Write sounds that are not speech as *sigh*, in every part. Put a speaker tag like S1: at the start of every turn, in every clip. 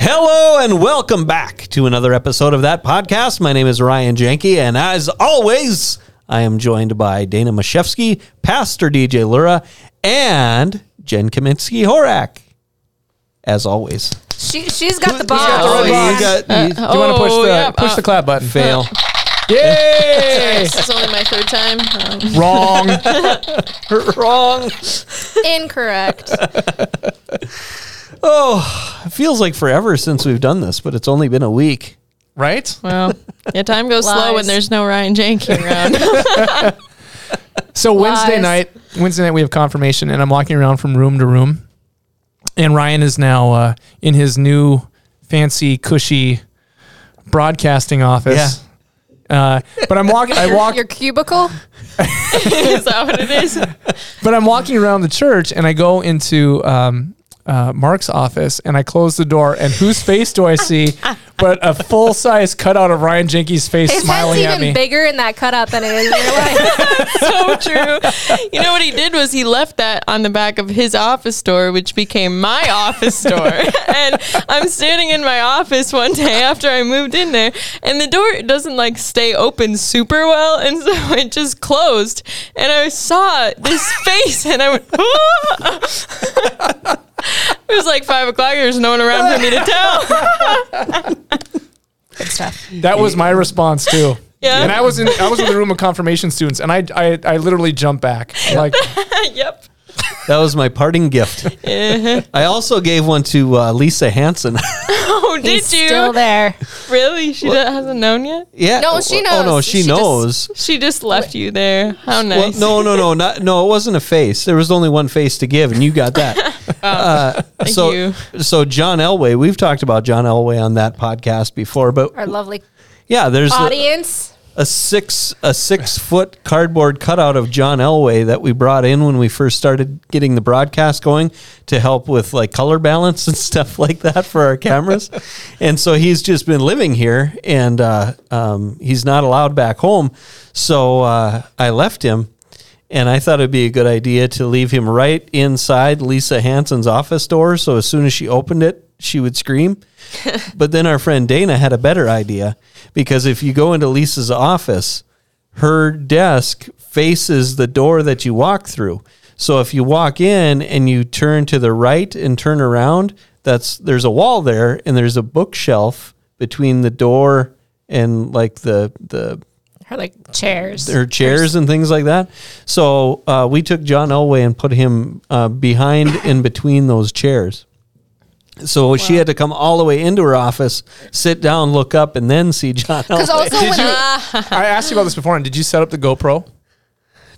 S1: Hello and welcome back to another episode of that podcast. My name is Ryan Janke, and as always, I am joined by Dana Mashevsky, Pastor DJ Lura, and Jen Kaminsky Horak. As always,
S2: She she's got the
S1: Who's got the
S2: ball.
S1: red
S2: Yeah.
S1: button? Got- you-
S3: Do you want to push
S4: Oh,
S3: the
S4: yeah,
S3: push
S4: uh,
S3: the clap
S1: *laughs*
S3: button?
S1: fail.
S2: *laughs*
S3: Yay!
S4: This is only my third time. Um,
S3: Wrong.
S1: *laughs* Wrong.
S2: Incorrect.
S1: Oh, it feels like forever since we've done this, but it's only been a week.
S3: *laughs* Right?
S4: well, yeah, time goes slow
S2: Lies.
S4: when there's no Ryan Janke around.
S3: So Wednesday
S2: Lies.
S3: night, Wednesday night we have confirmation, and I'm walking around from room to room, and Ryan is now uh, in his new fancy, cushy broadcasting office. Uh, but I'm walking.
S2: *laughs*
S3: I walk.
S2: Your cubicle.
S4: *laughs* is that what it is?
S3: But I'm walking around the church, and I go into um, uh, Mark's office, and I close the door, and whose face do
S2: *laughs*
S3: I see? But a full size cutout of Ryan Jenke's face
S2: His
S3: smiling
S2: head's
S3: at
S2: even
S3: me.
S2: bigger in that cutout than it is in real life.
S4: So true. You know what he did was he left that on the back of his office door, which became my office door. and I'm standing in my office one day after I moved in there, and the door doesn't like stay open super well, and so *laughs* it just closed. And I saw this face, and I went. "Ah." *laughs* It was like five o'clock. There's no one around for me to tell. *laughs*
S2: *laughs*
S3: That was my response too.
S4: Yeah.
S3: And I was in I was in the room of confirmation students, and I I, I literally jumped back.
S2: *laughs*
S3: I'm Like
S4: yep.
S1: That was my parting
S4: *laughs*
S1: gift.
S4: Uh-huh.
S1: I also gave one to uh, Lisa Hansen. *laughs*
S4: *laughs* Oh,
S2: He's
S4: did you
S2: still there?
S4: really? She d- hasn't known yet.
S1: yeah.
S2: No, she
S1: Oh no,
S2: knows.
S1: she,
S2: She just-
S1: knows.
S4: She just left you there. How
S1: Well,
S4: nice. *laughs*
S1: no, no, no, not no. It wasn't a face. There was only one face to give, and you got
S2: *laughs*
S1: that.
S2: Oh,
S1: uh, so,
S4: you.
S1: so John Elway. We've talked about John Elway on that podcast before, but
S2: Our lovely
S1: yeah, there's a,
S2: audience.
S1: a six a six foot cardboard cutout of John Elway that we brought in when we first started getting the broadcast going to help with like color balance *laughs* and stuff like that for our cameras. and so he's just been living here, and uh, um, he's not allowed back home. So uh, I left him. And I thought it'd be a good idea to leave him right inside Lisa Hansen's office door. So as soon as she opened it, she would scream. but then our friend Dana had a better idea because if you go into Lisa's office, her desk faces the door that you walk through. So if you walk in and you turn to the right and turn around, that's there's a wall there and there's a bookshelf between the door and like the the
S2: Her like chairs.
S1: or chairs and things like that. So uh, we took John Elway and put him uh, behind and between those chairs. So she had to come all the way into her office, sit down, look up, and then see
S2: *laughs*
S1: John.
S2: Because
S1: Elway.
S2: also
S3: Did
S2: when
S3: you-
S2: I,
S3: I asked you about this before, and did you set up the GoPro?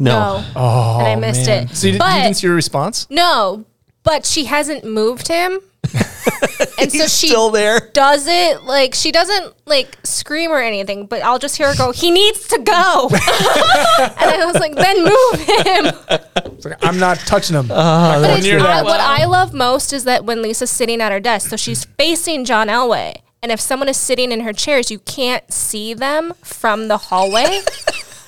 S1: no,
S2: no, oh, and I missed it.
S3: So you, did,
S2: but
S3: you didn't see your response?
S2: no, but she hasn't moved him, and so she
S1: still there.
S2: does it like she doesn't like scream or anything, but I'll just hear her go, "He needs to go," *laughs* and I was like, "Then move him."
S3: It's like, I'm not touching them. I'm not
S2: But
S3: going
S2: it's,
S3: near
S2: I,
S3: that.
S2: what I love most is that when Lisa's sitting at her desk, so she's facing John Elway, and if someone is sitting in her chairs, you can't see them from the hallway.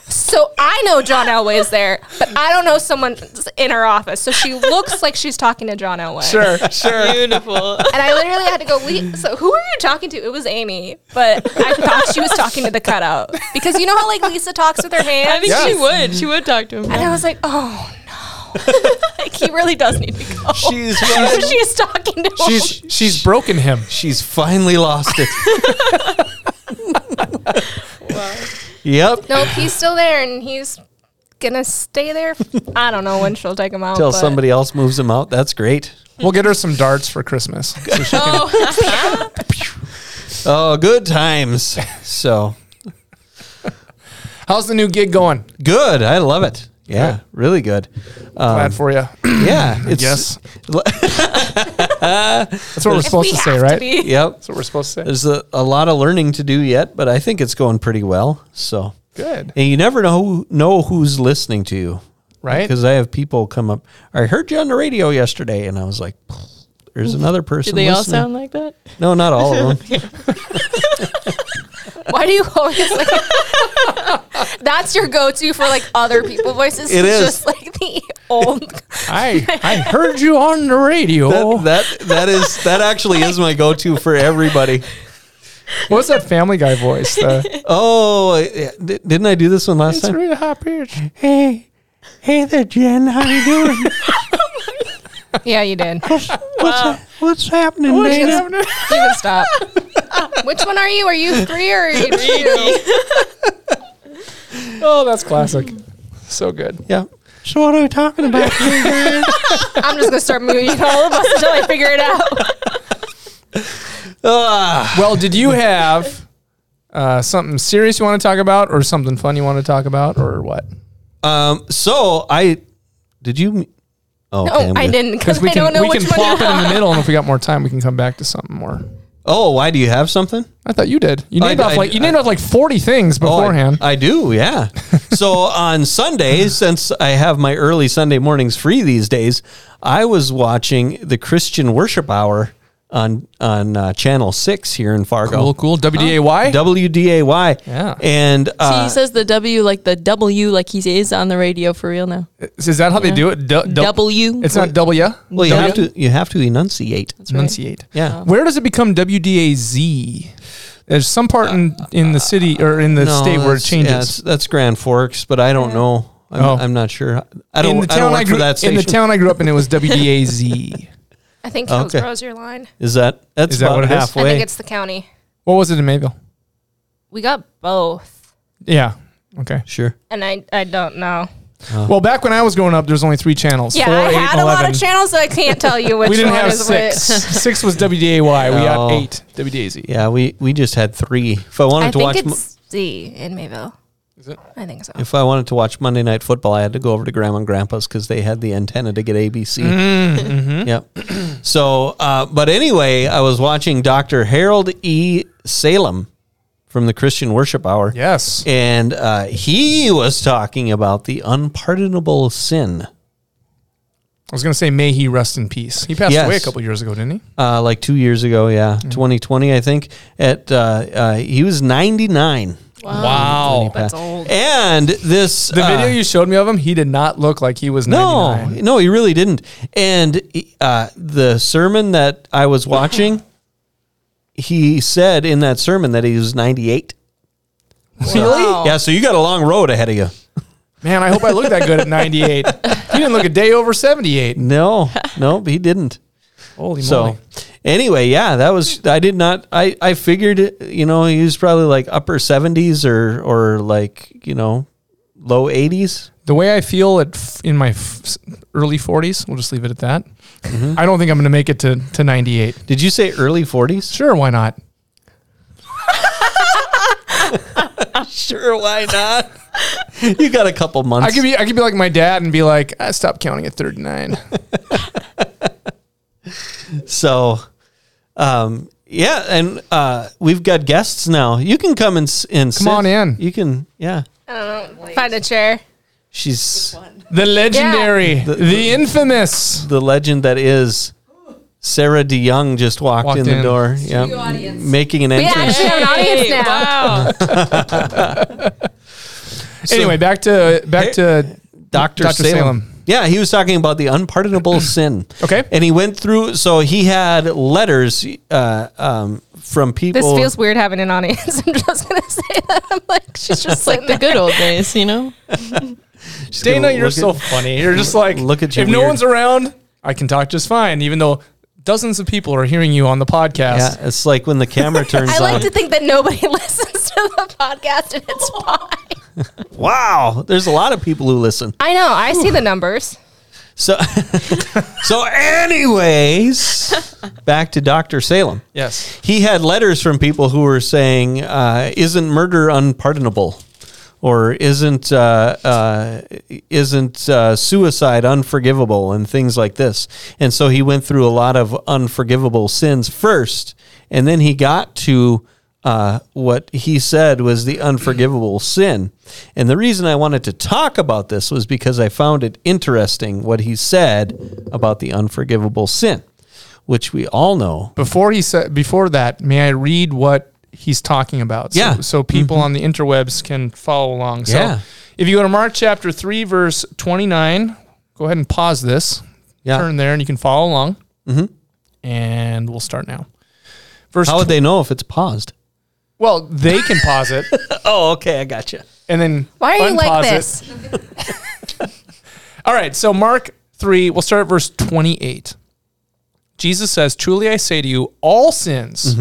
S2: so I know John Elway is there, but I don't know someone in her office. So she looks like she's talking to John Elway.
S3: Sure, sure.
S4: *laughs* Beautiful.
S2: And I literally had to go, "Lee- so who are you talking to? It was Amy, but I thought she was talking to the cutout because you know how like Lisa talks with her
S4: I
S2: hands.
S4: think she
S3: Yes.
S4: would. She would talk to him.
S2: And I was like, oh no, *laughs* like he really does need to go.
S1: She's
S2: *laughs* *laughs* she's talking to him.
S3: She's she's broken him.
S1: she's finally lost
S2: *laughs*
S1: it. Yep.
S2: Nope, he's still there, and he's gonna stay there. I don't know when she'll take him out.
S1: Till
S2: but
S1: somebody else moves him out. That's great.
S3: We'll get her some darts for Christmas. So she can,
S1: Oh, good times. So
S3: how's the new gig going?
S1: good. I love it. Yeah, really good. Um,
S3: Glad for you.
S1: Yeah, *clears throat* it's
S3: Yes, that's what we're
S2: if we
S3: supposed to say,
S2: have
S3: right?
S2: To be,
S1: Yep.
S3: That's what we're supposed to say.
S1: There's a, a lot of learning to do yet, but I think it's going pretty well. So,
S3: Good,
S1: and you never know who, know who's listening to you,
S3: right?
S1: Because I have people come up. I heard you on the radio yesterday, and I was like, "There's another person."
S4: Do they all
S1: listening."
S4: sound like that?
S1: No, not all of
S4: *laughs*
S1: them.
S2: why do you always like? *laughs* That's your go-to for like other people voices.
S1: It
S2: It's
S1: is.
S2: just like the old
S3: I
S1: *laughs*
S3: I heard you on the radio.
S1: That, that that is that actually is my go-to for everybody.
S3: what was that Family Guy voice?
S1: *laughs*
S3: The,
S1: Oh, yeah, di- didn't I do this one last
S3: it's
S1: time?
S3: really high *laughs* pitch.
S1: Hey, hey there, Jen. How you *laughs* doing?
S2: *laughs* Yeah, you did. You
S1: What's, what's happening,
S3: *laughs*
S2: can, you can stop. Which one are you? Are you three or are you two?
S3: Oh, that's classic. So good.
S1: Yeah. So what are we talking about?
S2: I'm just gonna start moving all of us until I figure it
S3: *laughs*
S2: out.
S1: Ah,
S3: Well, did you have uh, something serious you want to talk about, or something fun you want to talk about, or what?
S1: um. So I did you? Oh, okay,
S2: Oh,
S1: I'm
S2: I
S1: good.
S2: didn't because
S3: we
S2: I
S3: can
S2: don't know
S3: we
S2: which
S3: can
S2: one.
S3: plop
S2: you *laughs*
S3: it in the middle, and if we got more time, we can come back to something more.
S1: Oh, why do you have something?
S3: I thought you did. You
S1: I
S3: named
S1: d-
S3: off
S1: I
S3: like
S1: d-
S3: you named off like forty things
S1: Oh, I-
S3: beforehand.
S1: I, do,
S3: *laughs*
S1: yeah. so on Sundays, since I have my early Sunday mornings free these days, I was watching the Christian Worship Hour on on uh, Channel Six here in Fargo.
S3: cool, cool. WDAY.
S1: WDAY.
S3: Yeah.
S1: And
S4: See,
S1: uh,
S4: he says the W like the W, like he is on the radio for real now.
S3: Is that how they do it? Du- du-
S4: W.
S3: It's not W.
S1: well, you
S3: W?
S1: have to you have to enunciate.
S4: right.
S3: enunciate.
S1: Yeah.
S3: Where does it become WDAZ? There's some part in, in the city or in the
S1: No,
S3: state where it
S1: that's- yeah,
S3: changes.
S1: it's- that's Grand Forks, but I don't know. I'm,
S3: Oh.
S1: I'm not sure. I don't. I don't work
S3: grew
S1: for that
S3: in
S1: station.
S3: the town I grew up
S1: *laughs*
S3: in, it was WDAZ.
S2: I think
S1: Okay.
S2: Hillsboro's your line.
S1: is that that's
S3: Is that
S1: about
S3: what it is? I think
S2: I
S1: halfway?
S2: think it's the county.
S3: what was it in Mayville?
S2: We got both,
S3: Yeah. Okay.
S1: sure.
S2: and I I don't know.
S3: Well, back when I was growing up, there's only three channels.
S2: Yeah,
S3: four,
S2: I
S3: eight,
S2: had
S3: and
S2: a lot
S3: 11.
S2: of channels, so I can't tell you which
S3: We didn't
S2: one
S3: have
S2: is *laughs*
S3: six.
S2: which.
S3: six was WDAY. We
S1: No.
S3: got eight WDAZ.
S1: Yeah, we we just had three. If I wanted
S2: I
S1: to
S2: think
S1: watch. mo-
S2: it's Z in Mayville.
S3: Is it?
S2: I think so.
S1: If I wanted to watch Monday Night Football, I had to go over to Grandma and Grandpa's because they had the antenna to get ABC.
S3: Mm, mm-hmm.
S1: Yep. So, uh, but anyway, I was watching Dr. Harold E. Salem from the Christian Worship Hour.
S3: Yes.
S1: And uh, he was talking about the unpardonable sin,
S3: I was going to say, may he rest in peace. He passed
S1: Yes.
S3: away a couple years ago, didn't he?
S1: uh, like two years ago, yeah,
S3: Mm.
S1: 2020, I think. At uh, uh, he was 99.
S3: Wow.
S2: That's old.
S1: And this
S3: The
S1: uh,
S3: video you showed me of him, he did not look like he was
S1: No,
S3: 99.
S1: no, he really didn't. And uh, the sermon that I
S2: *laughs*
S1: was watching, he said in that sermon that he was 98.
S3: Really?
S1: Yeah, so you got a long road ahead
S2: *laughs*
S1: of you.
S3: Man, I hope I look that good at 98. He didn't look a day over 78.
S1: No, no, he didn't.
S3: Holy
S1: So
S3: moly.
S1: anyway, yeah, that was I did not I I figured you know he was probably like upper 70s or or like you know low 80s.
S3: The way I feel at f- in my f- s- early 40s, we'll just leave it at that.
S1: Mm-hmm.
S3: I don't think I'm going to make it to, to 98.
S1: Did you say early
S3: *laughs*
S1: 40s?
S3: Sure, why not?
S1: Sure, why not? *laughs* you got a couple months.
S3: I could be I could be like my dad and be like, I stopped counting
S1: *laughs*
S3: at 39.
S1: So, um, yeah, and uh, we've got guests now. You can come and s- and
S3: Come
S1: sit.
S3: on in.
S1: You can, yeah.
S2: I don't know. Find a chair.
S1: She's
S3: the legendary,
S1: The-
S3: the, infamous.
S1: the legend that is Sarah DeYoung. Just walked,
S3: Walked
S1: in the
S3: in.
S1: door, yeah, making an
S2: We
S1: entrance.
S2: actually have an audience
S4: Hey,
S2: now.
S4: Wow.
S3: anyway, back to back to
S1: Doctor
S3: Dr.
S1: Salem.
S3: Salem.
S1: Yeah, he was talking about the unpardonable sin.
S3: Okay.
S1: and he went through. So he had letters uh, um, from people.
S2: This feels weird having an audience. *laughs* I'm just gonna say that. I'm like, she's just
S4: It's like
S2: like
S4: *laughs* the good old days, you know?
S1: She's gonna
S3: Dana, you're
S1: look at-
S3: so funny. You're just like,
S1: look at you
S3: If no
S1: weird.
S3: one's around, I can talk just fine, even though dozens of people are hearing you on the podcast.
S1: Yeah, it's like when the
S2: *laughs*
S1: camera turns
S2: I
S1: on.
S2: like to think that nobody *laughs* listens to the podcast and it's fine.
S1: wow, there's a lot of people who listen.
S2: I know. I see the numbers.
S1: So, *laughs* so
S2: *laughs*
S1: anyways, back to Dr. Salem.
S3: Yes.
S1: He had letters from people who were saying, uh, isn't murder unpardonable? Or isn't uh, uh, isn't uh, suicide unforgivable and things like this? And so he went through a lot of unforgivable sins first, and then he got to uh, what he said was the unforgivable sin. And the reason I wanted to talk about this was because I found it interesting what he said about the unforgivable sin, which we all know.
S3: Before he said before that, may I read what he's talking about? So,
S1: Yeah. Mm-hmm.
S3: So people on the interwebs can follow along. So
S1: Yeah.
S3: if you go to Mark chapter three, verse twenty nine, go ahead and pause this.
S1: Yeah.
S3: Turn there, and you can follow along.
S1: Mhm.
S3: And we'll start now. Verse
S1: How would
S3: tw-
S1: they know if it's paused?
S3: well, they can
S1: *laughs*
S3: pause it
S1: Oh, okay, I gotcha.
S3: and then
S2: Why are you like
S3: unpause it.
S2: this?
S3: All right, so Mark 3, we'll start at verse 28. Jesus says, Truly I say to you, all sins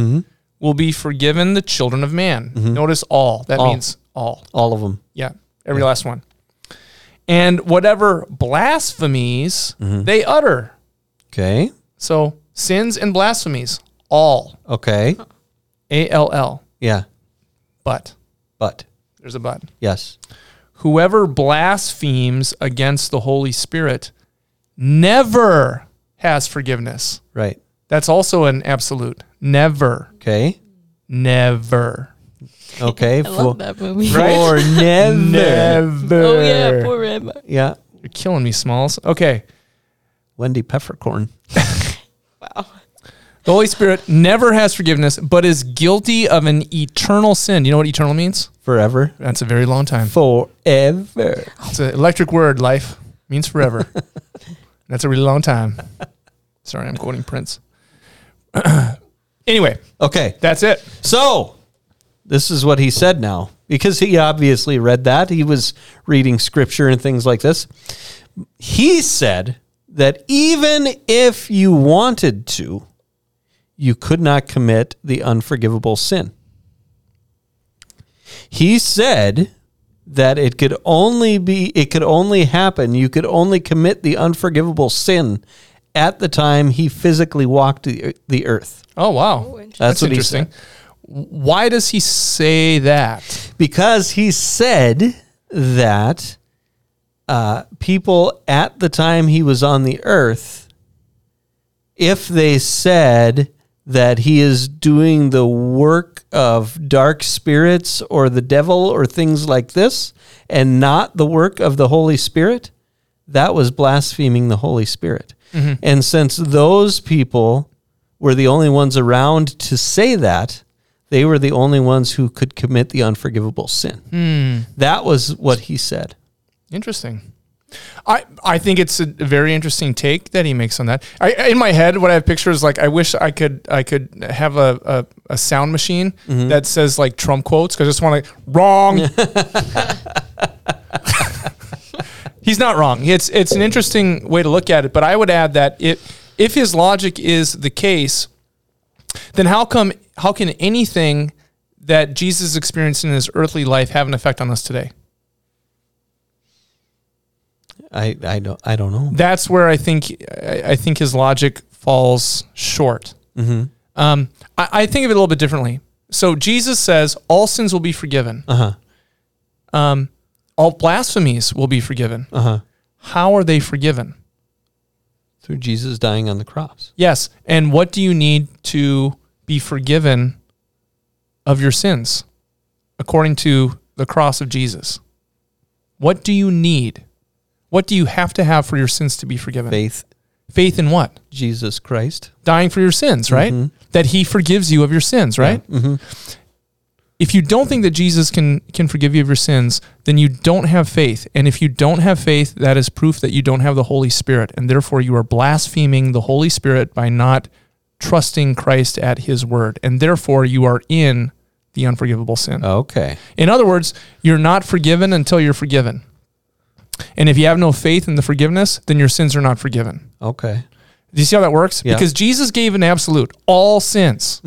S3: will be forgiven the children of man. Notice all. That
S1: All.
S3: means all.
S1: All of them.
S3: Yeah, every last one. And whatever blasphemies they utter.
S1: Okay,
S3: So sins and blasphemies, all.
S1: okay,
S3: A L L.
S1: yeah,
S3: But.
S1: but
S3: There's a but.
S1: yes,
S3: Whoever blasphemes against the Holy Spirit never has forgiveness.
S1: right,
S3: That's also an absolute. Never,
S1: okay,
S3: never,
S1: okay.
S4: *laughs* I
S1: for
S4: love that movie.
S1: for *laughs* never.
S3: never.
S4: *laughs* Oh yeah, forever.
S1: Yeah,
S3: You're killing me, Smalls. Okay,
S1: Wendy Peppercorn.
S4: Wow.
S3: the Holy Spirit never has forgiveness, but is guilty of an eternal sin. You know what eternal means?
S1: Forever,
S3: That's a very long time.
S1: forever.
S3: It's an electric word. Life means
S1: *laughs*
S3: forever. That's a really long time. Sorry, I'm quoting Prince. *clears throat* anyway,
S1: Okay,
S3: that's it.
S1: So, this is what he said now, because he obviously read that. He was reading scripture and things like this. He said that even if you wanted to, you could not commit the unforgivable sin. He said that it could only be it could only happen you could only commit the unforgivable sin at the time he physically walked the, the earth
S3: Oh wow,
S4: interesting.
S1: That's what he said.
S3: Why does he say that?
S1: because he said that uh, people at the time he was on the earth, if they said that he is doing the work of dark spirits or the devil or things like this, and not the work of the Holy Spirit, that was blaspheming the Holy Spirit. And since those people were the only ones around to say that, they were the only ones who could commit the unforgivable sin. That was what he said.
S3: Interesting. I, I think it's a very interesting take that he makes on that. I, in my head, what I have picture is like I wish I could I could have a, a, a sound machine that says like Trump quotes because I just want to wrong. *laughs* He's not wrong. It's it's an interesting way to look at it, but I would add that it, if his logic is the case, then how come how can anything that Jesus experienced in his earthly life have an effect on us today?
S1: I, I don't I don't know.
S3: that's where I think I, I think his logic falls short. Um, I, I think of it a little bit differently. So Jesus says all sins will be forgiven.
S1: Uh huh.
S3: Um, all blasphemies will be forgiven.
S1: Uh huh.
S3: How are they forgiven?
S1: Through Jesus dying on the cross.
S3: Yes. And what do you need to be forgiven of your sins according to the cross of Jesus? What do you need? What do you have to have for your sins to be forgiven?
S1: Faith,
S3: Faith in what?
S1: Jesus Christ.
S3: dying for your sins, right? That he forgives you of your sins, right? If you don't think that Jesus can can forgive you of your sins, then you don't have faith. And if you don't have faith, that is proof that you don't have the Holy Spirit, and therefore you are blaspheming the Holy Spirit by not trusting Christ at his word. And therefore you are in the unforgivable sin.
S1: Okay.
S3: In other words, you're not forgiven until you're forgiven. And if you have no faith in the forgiveness, then your sins are not forgiven.
S1: Okay.
S3: Do you see how that works?
S1: Yeah. Mm-hmm.
S3: Because Jesus gave an absolute, all sins.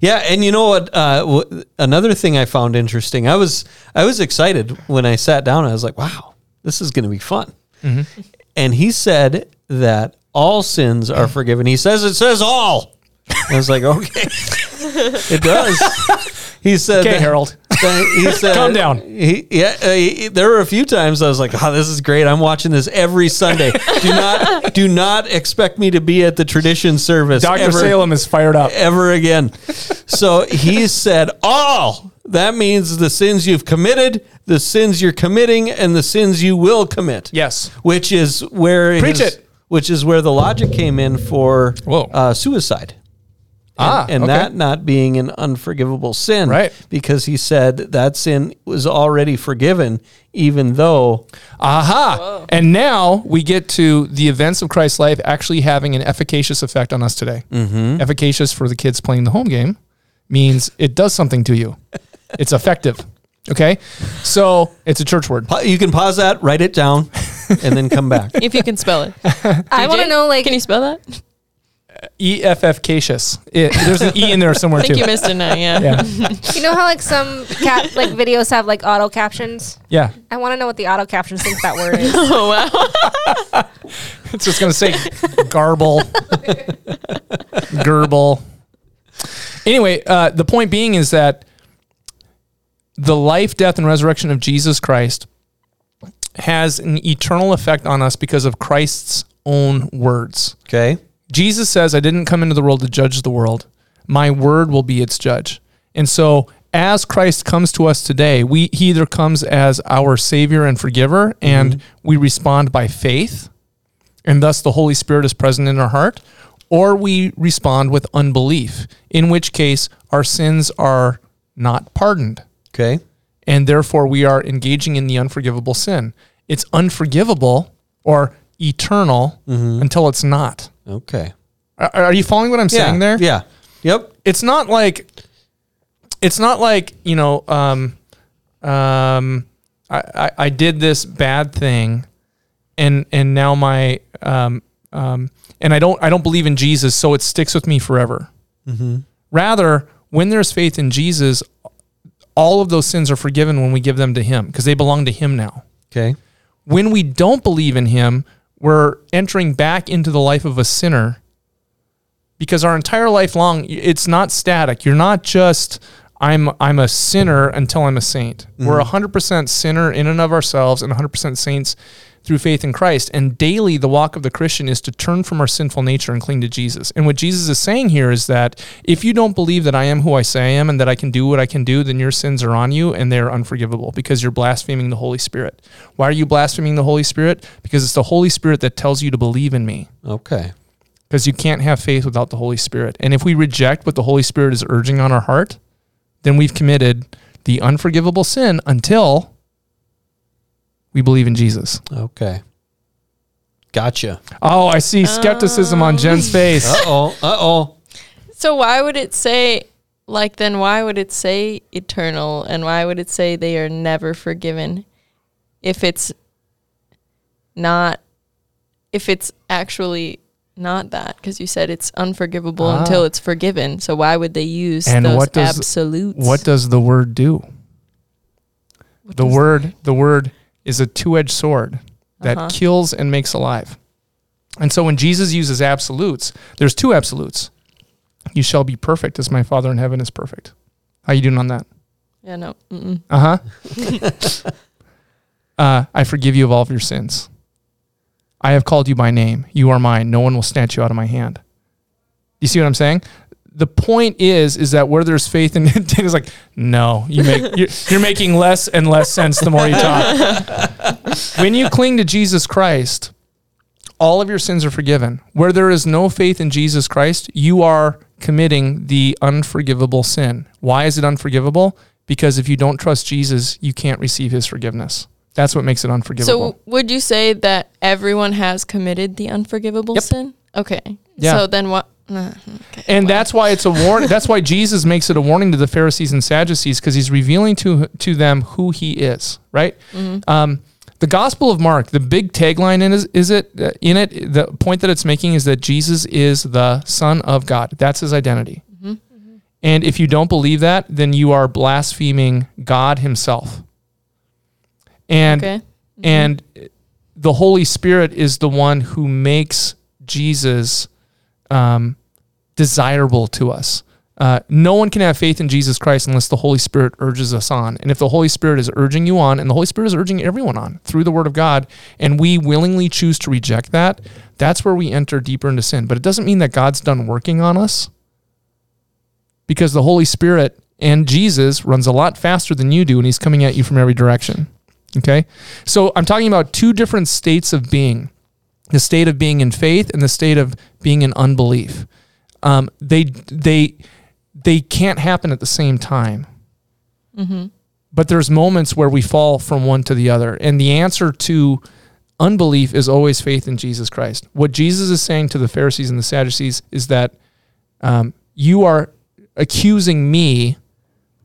S1: Yeah, and you know what? Uh, w- another thing I found interesting. I was I was excited when I sat down. I was like, "Wow, this is going to be fun."
S3: Mm-hmm.
S1: And he said that all sins are forgiven. He says it says all. I was like, "Okay,
S3: *laughs*
S1: it does." He said,
S3: Okay,
S1: that-
S3: Harold.
S1: that
S3: *laughs*
S1: He said,
S3: Calm down.
S1: He, yeah, uh, he- there were a few times I was like, "Oh, this is great! I'm watching this every Sunday." Do not, do not expect me to be at the tradition service.
S3: Dr.
S1: ever
S3: Salem is fired up.
S1: ever again. so he said, All. That means the sins you've committed, the sins you're committing, and the sins you will commit.
S3: Yes.
S1: Which is where
S3: Preach
S1: his-
S3: it.
S1: Which is where the logic came in for
S3: Whoa.
S1: uh, suicide.
S3: Ah,
S1: and
S3: okay.
S1: that not being an unforgivable sin,
S3: Right.
S1: Because he said that sin was already forgiven, even though
S3: Aha. And now we get to the events of Christ's life actually having an efficacious effect on us today. Mm-hmm. Efficacious for the kids playing the home game means it does something to
S1: *laughs*
S3: you, it's effective. Okay. So it's a church word.
S1: Pa- you can pause that, write it down, and then come
S3: *laughs*
S1: back.
S4: if you can spell *laughs* it.
S2: I
S4: DJ,
S2: want to know, like,
S4: Can you spell that?
S3: E F F cacious. There's an E in there somewhere
S4: I think
S3: too.
S4: you missed it now, yeah.
S3: Yeah.
S2: you know how like some cap like videos have like auto captions.
S3: Yeah.
S2: I want to know what the auto captions think that word is.
S4: *laughs* Oh wow.
S3: *laughs* It's just gonna say garble, *laughs* gerbil. Anyway, uh, the point being is that the life, death, and resurrection of Jesus Christ has an eternal effect on us because of Christ's own words.
S1: Okay.
S3: Jesus says, I didn't come into the world to judge the world. My word will be its judge. And so, as Christ comes to us today, we, he either comes as our Savior and forgiver, and we respond by faith, and thus the Holy Spirit is present in our heart, or we respond with unbelief, in which case our sins are not pardoned
S1: Okay.
S3: and therefore we are engaging in the unforgivable sin. It's unforgivable or eternal until it's not.
S1: Okay.
S3: Are, are you following what I'm saying there?
S1: Yeah. Yep.
S3: It's not like, it's not like you know, um, um, I, I I did this bad thing, and and now my um um and I don't I don't believe in Jesus, so it sticks with me forever.
S1: Mm-hmm.
S3: Rather, when there's faith in Jesus, all of those sins are forgiven when we give them to Him because they belong to Him now
S1: Okay.
S3: when we don't believe in him, we're entering back into the life of a sinner because our entire life long it's not static. You're not just I'm I'm a sinner until I'm a saint. We're 100% sinner in and of ourselves and 100% saints through faith in Christ. And daily the walk of the Christian is to turn from our sinful nature and cling to Jesus. And what Jesus is saying here is that if you don't believe that I am who I say I am and that I can do what I can do, then your sins are on you and they are unforgivable because you're blaspheming the Holy Spirit. Why are you blaspheming the Holy Spirit? Because it's the Holy Spirit that tells you to believe in me
S1: Okay.
S3: because you can't have faith without the Holy Spirit. And if we reject what the Holy Spirit is urging on our heart, then we've committed the unforgivable sin until we believe in Jesus.
S1: Okay. Gotcha.
S3: Oh, I see skepticism on Jen's face.
S1: Uh oh. Uh oh.
S4: So why would it say like then why would it say eternal and why would it say they are never forgiven if it's not if it's actually not that because you said it's unforgivable until it's forgiven. So why would they use
S3: Ah. And
S4: those
S3: what does-
S4: absolutes?
S3: What does the word do? the word, the word is a two-edged sword that kills and makes alive. And so when Jesus uses absolutes, there's two absolutes. You shall be perfect as my Father in heaven is perfect. How you doing on that?
S4: yeah, no. Mm-mm.
S3: Uh-huh. *laughs* uh, I forgive you of all of your sins. I have called you by name. You are mine. No one will snatch you out of my hand. You see what I'm saying? The point is, is that where there's faith in *laughs* Dana's like, no, you make *laughs* you're, you're making less and less sense the more you talk. when you cling to Jesus Christ, all of your sins are forgiven. Where there is no faith in Jesus Christ, you are committing the unforgivable sin. Why is it unforgivable? Because if you don't trust Jesus, you can't receive his forgiveness. That's what makes it unforgivable.
S4: So would you say that everyone has committed the unforgivable sin? Okay.
S3: Yeah.
S4: So then what uh,
S3: and that's why it's a warning. that's why Jesus makes it a warning to the Pharisees and Sadducees because he's revealing to to them who he is. Right. Um, the Gospel of Mark, the big tagline in is, is it uh, in it the point that it's making is that Jesus is the Son of God. That's his identity. And if you don't believe that, then you are blaspheming God Himself. And
S4: okay.
S3: Mm-hmm. and the Holy Spirit is the one who makes Jesus um, desirable to us. Uh, no one can have faith in Jesus Christ unless the Holy Spirit urges us on. And if the Holy Spirit is urging you on, and the Holy Spirit is urging everyone on through the Word of God, and we willingly choose to reject that, that's where we enter deeper into sin. But it doesn't mean that God's done working on us because the Holy Spirit and Jesus runs a lot faster than you do, and he's coming at you from every direction. Okay? So I'm talking about two different states of being the state of being in faith and the state of being in unbelief. um, they they they can't happen at the same time. But there's moments where we fall from one to the other, and the answer to unbelief is always faith in Jesus Christ. What Jesus is saying to the Pharisees and the Sadducees is that um, you are accusing me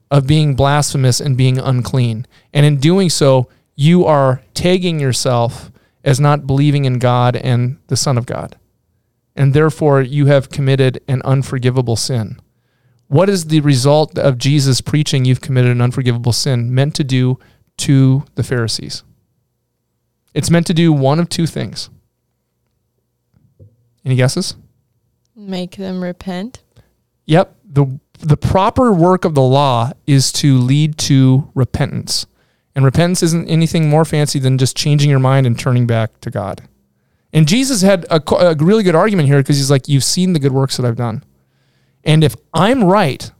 S3: of being blasphemous and being unclean. And in doing so, you are tagging yourself as not believing in God and the Son of God. And therefore, you have committed an unforgivable sin. What is the result of Jesus preaching you've committed an unforgivable sin meant to do to the Pharisees? It's meant to do one of two things. Any guesses?
S4: Make them repent.
S3: Yep. The the proper work of the law is to lead to repentance. And repentance isn't anything more fancy than just changing your mind and turning back to God. And Jesus had a, co- a really good argument here because he's like, You've seen the good works that I've done. And if I'm right,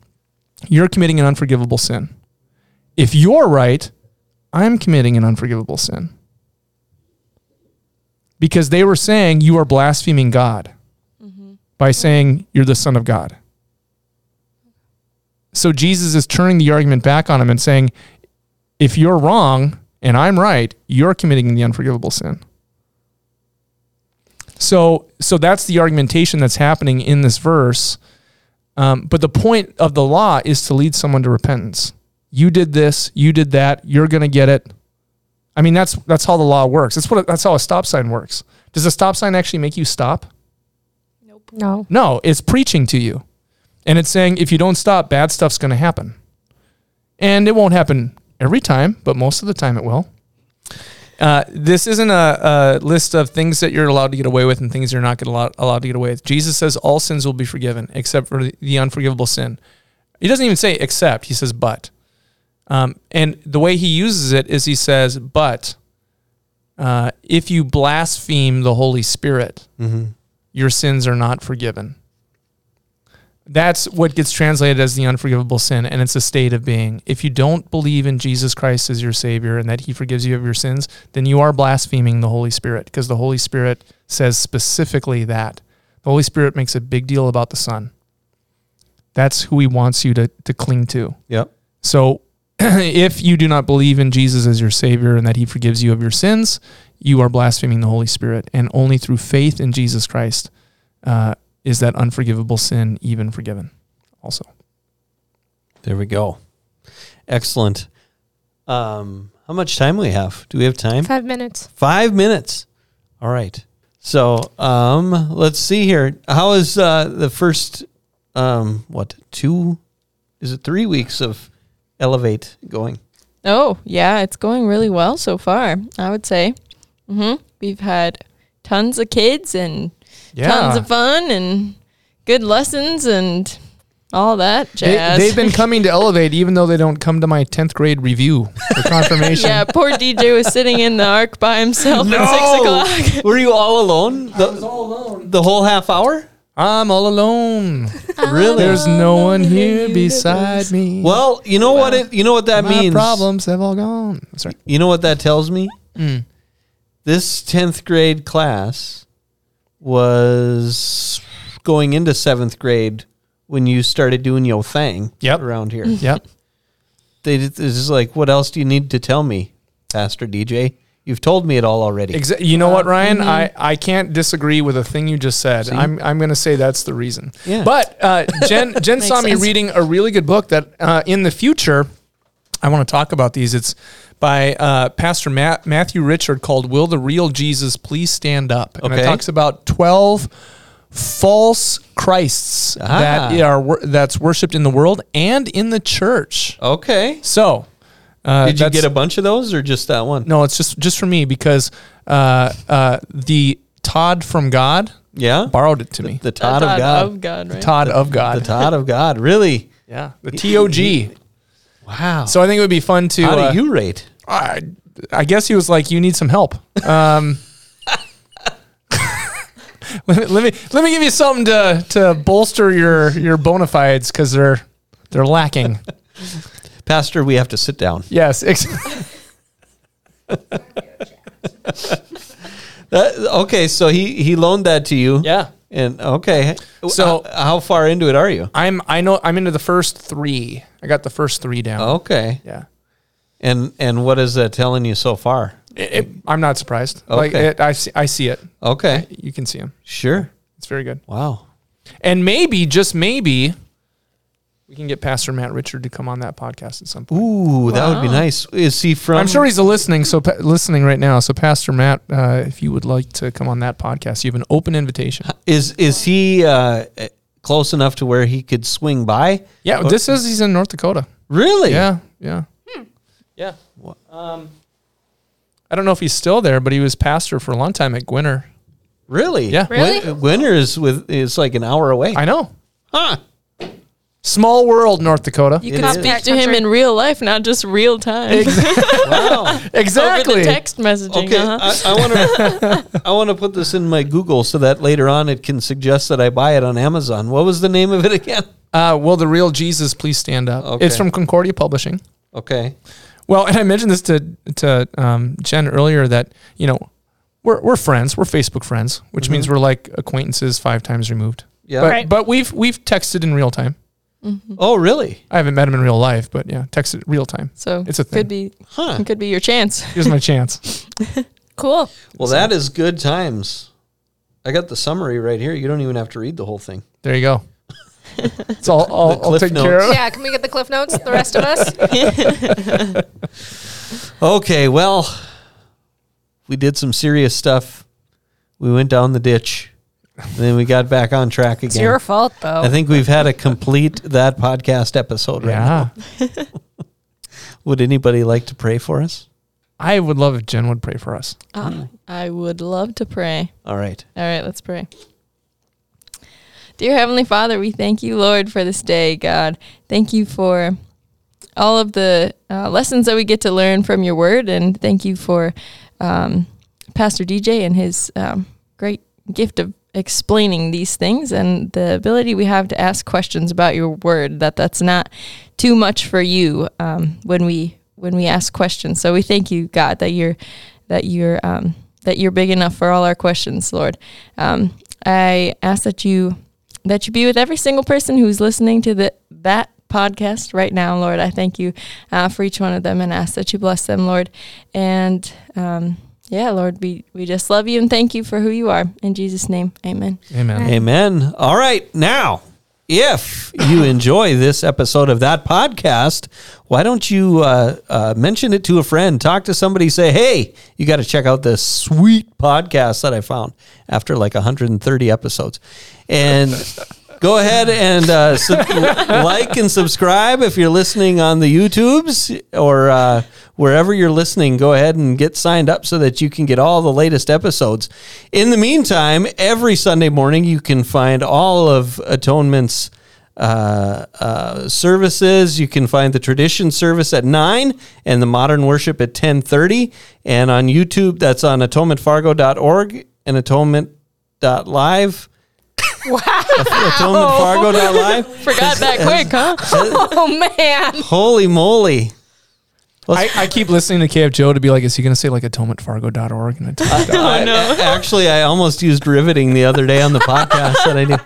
S3: you're committing an unforgivable sin. If you're right, I'm committing an unforgivable sin. Because they were saying, You are blaspheming God by saying, You're the Son of God. So Jesus is turning the argument back on him and saying, if you're wrong and I'm right, you're committing the unforgivable sin. So, so that's the argumentation that's happening in this verse. Um, but the point of the law is to lead someone to repentance. You did this, you did that, you're going to get it. I mean, that's that's how the law works. That's what that's how a stop sign works. Does a stop sign actually make you stop?
S2: No.
S3: No, it's preaching to you. And it's saying if you don't stop, bad stuff's going to happen. And it won't happen every time, but most of the time it will. Uh, this isn't a, a list of things that you're allowed to get away with and things you're not get allowed, allowed to get away with. Jesus says all sins will be forgiven except for the, the unforgivable sin. He doesn't even say except, he says but. Um, and the way he uses it is he says, but uh, if you blaspheme the Holy Spirit, your sins are not forgiven. That's what gets translated as the unforgivable sin, and it's a state of being. If you don't believe in Jesus Christ as your Savior and that He forgives you of your sins, then you are blaspheming the Holy Spirit because the Holy Spirit says specifically that. The Holy Spirit makes a big deal about the Son. That's who He wants you to, to cling to.
S1: Yep.
S3: So *clears throat* if you do not believe in Jesus as your Savior and that He forgives you of your sins, you are blaspheming the Holy Spirit. And only through faith in Jesus Christ uh, is that unforgivable sin even forgiven, also.
S1: There we go. Excellent. Um, how much time we have? Do we have time?
S2: *laughs* Five minutes.
S1: Five minutes. All right. So um, let's see here. How is uh, the first, um, what, two, is it three weeks of Elevate *laughs* going?
S4: Oh, yeah, it's going really well so far, I would say. hmm We've had tons of kids and tons of fun and good lessons and all that jazz.
S3: They, have
S4: *laughs*
S3: been coming to Elevate even though they don't come to my 10th grade review for confirmation.
S4: yeah, poor DJ was sitting in the arc by himself at 6 o'clock. *laughs*
S1: Were you all alone? The, The whole half hour?
S3: I'm all alone.
S1: Really?
S3: There's no one here beside me.
S1: well, you know what it you know what that
S3: My
S1: means.
S3: problems have all gone. That's right.
S1: You know what that tells me?
S3: Mm.
S1: This 10th grade class was going into 7th grade when you started doing your thing
S3: Yep.
S1: around here.
S3: Yep.
S1: They just- it's just like, what else do you need to tell me, Pastor DJ? You've told me it all already.
S3: Exa- you know what, Ryan?
S1: mm-hmm.
S3: I, I can't disagree with a thing you just said. I'm, I'm going to say that's the reason.
S1: Yeah.
S3: But
S1: *laughs*
S3: uh, Jen, Jen saw me
S4: sense.
S3: reading a really good book that uh, in the future, I want to talk about these. It's by uh, Pastor Ma- Matthew Richard called Will the Real Jesus Please Stand Up? And
S1: Okay.
S3: it talks about 12 false Christs that
S1: Ah.
S3: are wor- that's worshipped in the world and in the church.
S1: Okay.
S3: So, uh,
S1: Did you
S3: that's-
S1: get a bunch of those or just that one?
S3: no, it's just just for me because uh, uh, the Todd from God
S1: Yeah.
S3: borrowed it to me.
S1: The Todd of God.
S4: Of God, right?
S3: Todd of
S1: The
S3: God.
S1: Todd of God. Really?
S3: yeah. The T O G.
S1: Wow.
S3: So I think it would be fun to.
S1: How
S3: uh,
S1: do you rate?
S3: I, I guess he was like, "You need some help." Um, *laughs* let, me, let me let me give you something to to bolster your your bona fides because they're
S1: *laughs*
S3: they're lacking.
S1: Pastor, we have to sit down.
S3: Yes. ex-
S1: That- okay, Uh, so he he loaned that to you.
S3: yeah.
S1: And okay,
S3: So-
S1: Uh, how far into it are you?
S3: I'm I know I'm into the first three. I got the first three down.
S1: Okay,
S3: Yeah.
S1: and and what is that telling you so far?
S3: It- it- I'm not surprised. Like
S1: Okay.
S3: it, I see, I see it.
S1: Okay,
S3: You can see him.
S1: sure.
S3: It's very good.
S1: Wow.
S3: And maybe just maybe we can get Pastor Matt Richard to come on that podcast at some point.
S1: Ooh, that would be nice. Is he from?
S3: I'm sure he's listening. So pa- listening right now. So Pastor Matt, uh, if you would like to come on that podcast, you have an open invitation.
S1: Is is he uh, close enough to where he could swing by?
S3: Yeah, this is he's in North Dakota.
S1: Really?
S3: Yeah, yeah, yeah. Um, I don't know if he's still there, but he was pastor for a long time at Gwinner.
S1: Really?
S3: Yeah.
S2: Really?
S1: Win- winter is with is like an hour away.
S3: I know. *laughs*
S1: huh.
S3: Small world, North Dakota.
S4: You
S1: It is.
S4: can speak to him in real life, not just real time. *laughs*
S1: Wow.
S4: Over
S3: exactly.
S4: the text messaging.
S1: Okay,
S4: uh-huh.
S1: I, I want to *laughs* I want to put this in my Google so that later on it can suggest that I buy it on Amazon. What was the name of it again?
S3: Uh, will the real Jesus please stand up?
S1: Okay.
S3: It's from Concordia Publishing.
S1: Okay,
S3: Well, and I mentioned this to to um, Jen earlier that you know we're we're friends, we're Facebook friends, which means we're like acquaintances five times removed.
S1: Mm-hmm. yeah.
S3: But,
S2: Right.
S3: but we've we've texted in real time.
S1: Oh, really?
S3: I haven't met him in real life, but yeah, texted real time.
S4: So
S3: It's a thing.
S4: could be
S1: Huh.
S4: could be your chance.
S3: Here's my chance.
S2: Cool.
S1: Well, that is good times. I got the summary right here. You don't even have to read the whole thing.
S3: There you go.
S1: *laughs*
S3: It's all all, all
S1: Cliff
S3: taken care
S1: notes.
S3: of.
S2: Yeah, can we get the cliff notes? The rest of us.
S1: Okay, well, we did some serious stuff. We went down the ditch, and then we got back on track again.
S2: It's your fault though.
S1: I think we've had a complete that podcast episode right now.
S3: Yeah.
S1: Would anybody like to pray for us?
S3: I would love if Jen would pray for us.
S4: Ah, I would love to pray.
S1: All right.
S4: All right, let's pray. Dear Heavenly Father, we thank you, Lord, for this day, God. Thank you for all of the uh, lessons that we get to learn from your word, and thank you for um, Pastor DJ and his um, great gift of explaining these things and the ability we have to ask questions about your word that that's not too much for you um, when we when we ask questions so we thank you god that you're that you're um, that you're big enough for all our questions lord um, i ask that you that you be with every single person who's listening to the, that podcast right now, Lord. I thank you uh, for each one of them and ask that you bless them, Lord. And um, yeah, Lord, we, we just love you and thank you for who you are. In Jesus' name, amen.
S3: Amen.
S1: Amen. All right. Now, if you enjoy this episode of that podcast, why don't you uh, uh, mention it to a friend? Talk to somebody, say, hey, you got to check out this sweet podcast that I found after like 130 episodes. And go ahead and uh, sub- *laughs* like and subscribe if you're listening on the YouTubes or uh, wherever you're listening. Go ahead and get signed up so that you can get all the latest episodes. In the meantime, every Sunday morning you can find all of Atonement's uh, uh, services. You can find the tradition service at nine and the modern worship at ten thirty. And on YouTube, that's on atonementfargo.org and atonement.live. *laughs* atonementfargo.live.
S4: *laughs* Forgot that quick, huh?
S2: oh man.
S1: Holy *laughs* moly.
S3: I, I keep listening to KF Joe to be like, is he going to say like atonementfargo.org? And
S1: *laughs*
S3: I
S1: I- a- actually, I almost used riveting the other day on the podcast that *laughs* I did.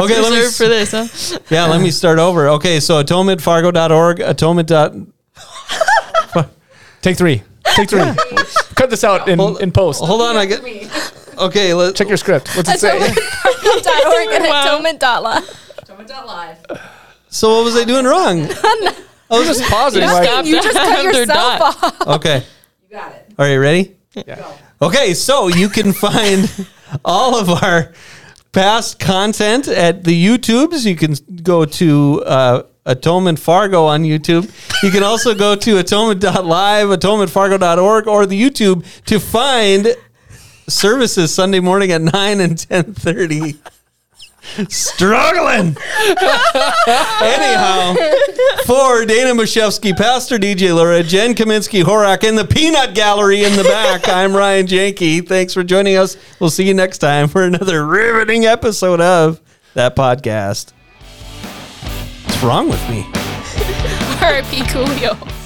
S1: Okay, let me,
S4: Reserved
S1: s-
S4: for this, *laughs* huh?
S1: yeah, *laughs* let me start over. Okay, so atonementfargo.org, atonement. dot-
S3: Take three. Take
S1: *laughs*
S3: three. Cut this out in, in post.
S1: Hold on, I get. Okay, let,
S3: Check your script. What's it say?
S4: *laughs*
S2: Org and
S4: Wow.
S2: atonement dot li-
S1: so what was I doing *laughs* wrong?
S3: I was just pausing.
S4: Stop
S2: You just
S4: that
S2: cut
S4: after
S2: yourself
S4: dot.
S2: off.
S4: *laughs*
S1: Okay. You got it. All right, ready? Okay, so you can *laughs* find all of our past content at the YouTubes. You can go to uh, Atonement Fargo on YouTube. You can also go to atonement.live, atonementfargo.org, or the YouTube to find services Sunday morning at 9 and 10.30. Struggling. *laughs* Anyhow, for Dana Mashevsky, Pastor DJ Laura, Jen Kaminsky Horak, and the Peanut Gallery in the back, I'm Ryan Janke. Thanks for joining us. We'll see you next time for another riveting episode of that podcast. What's wrong with me?
S2: R.I.P. Coolio.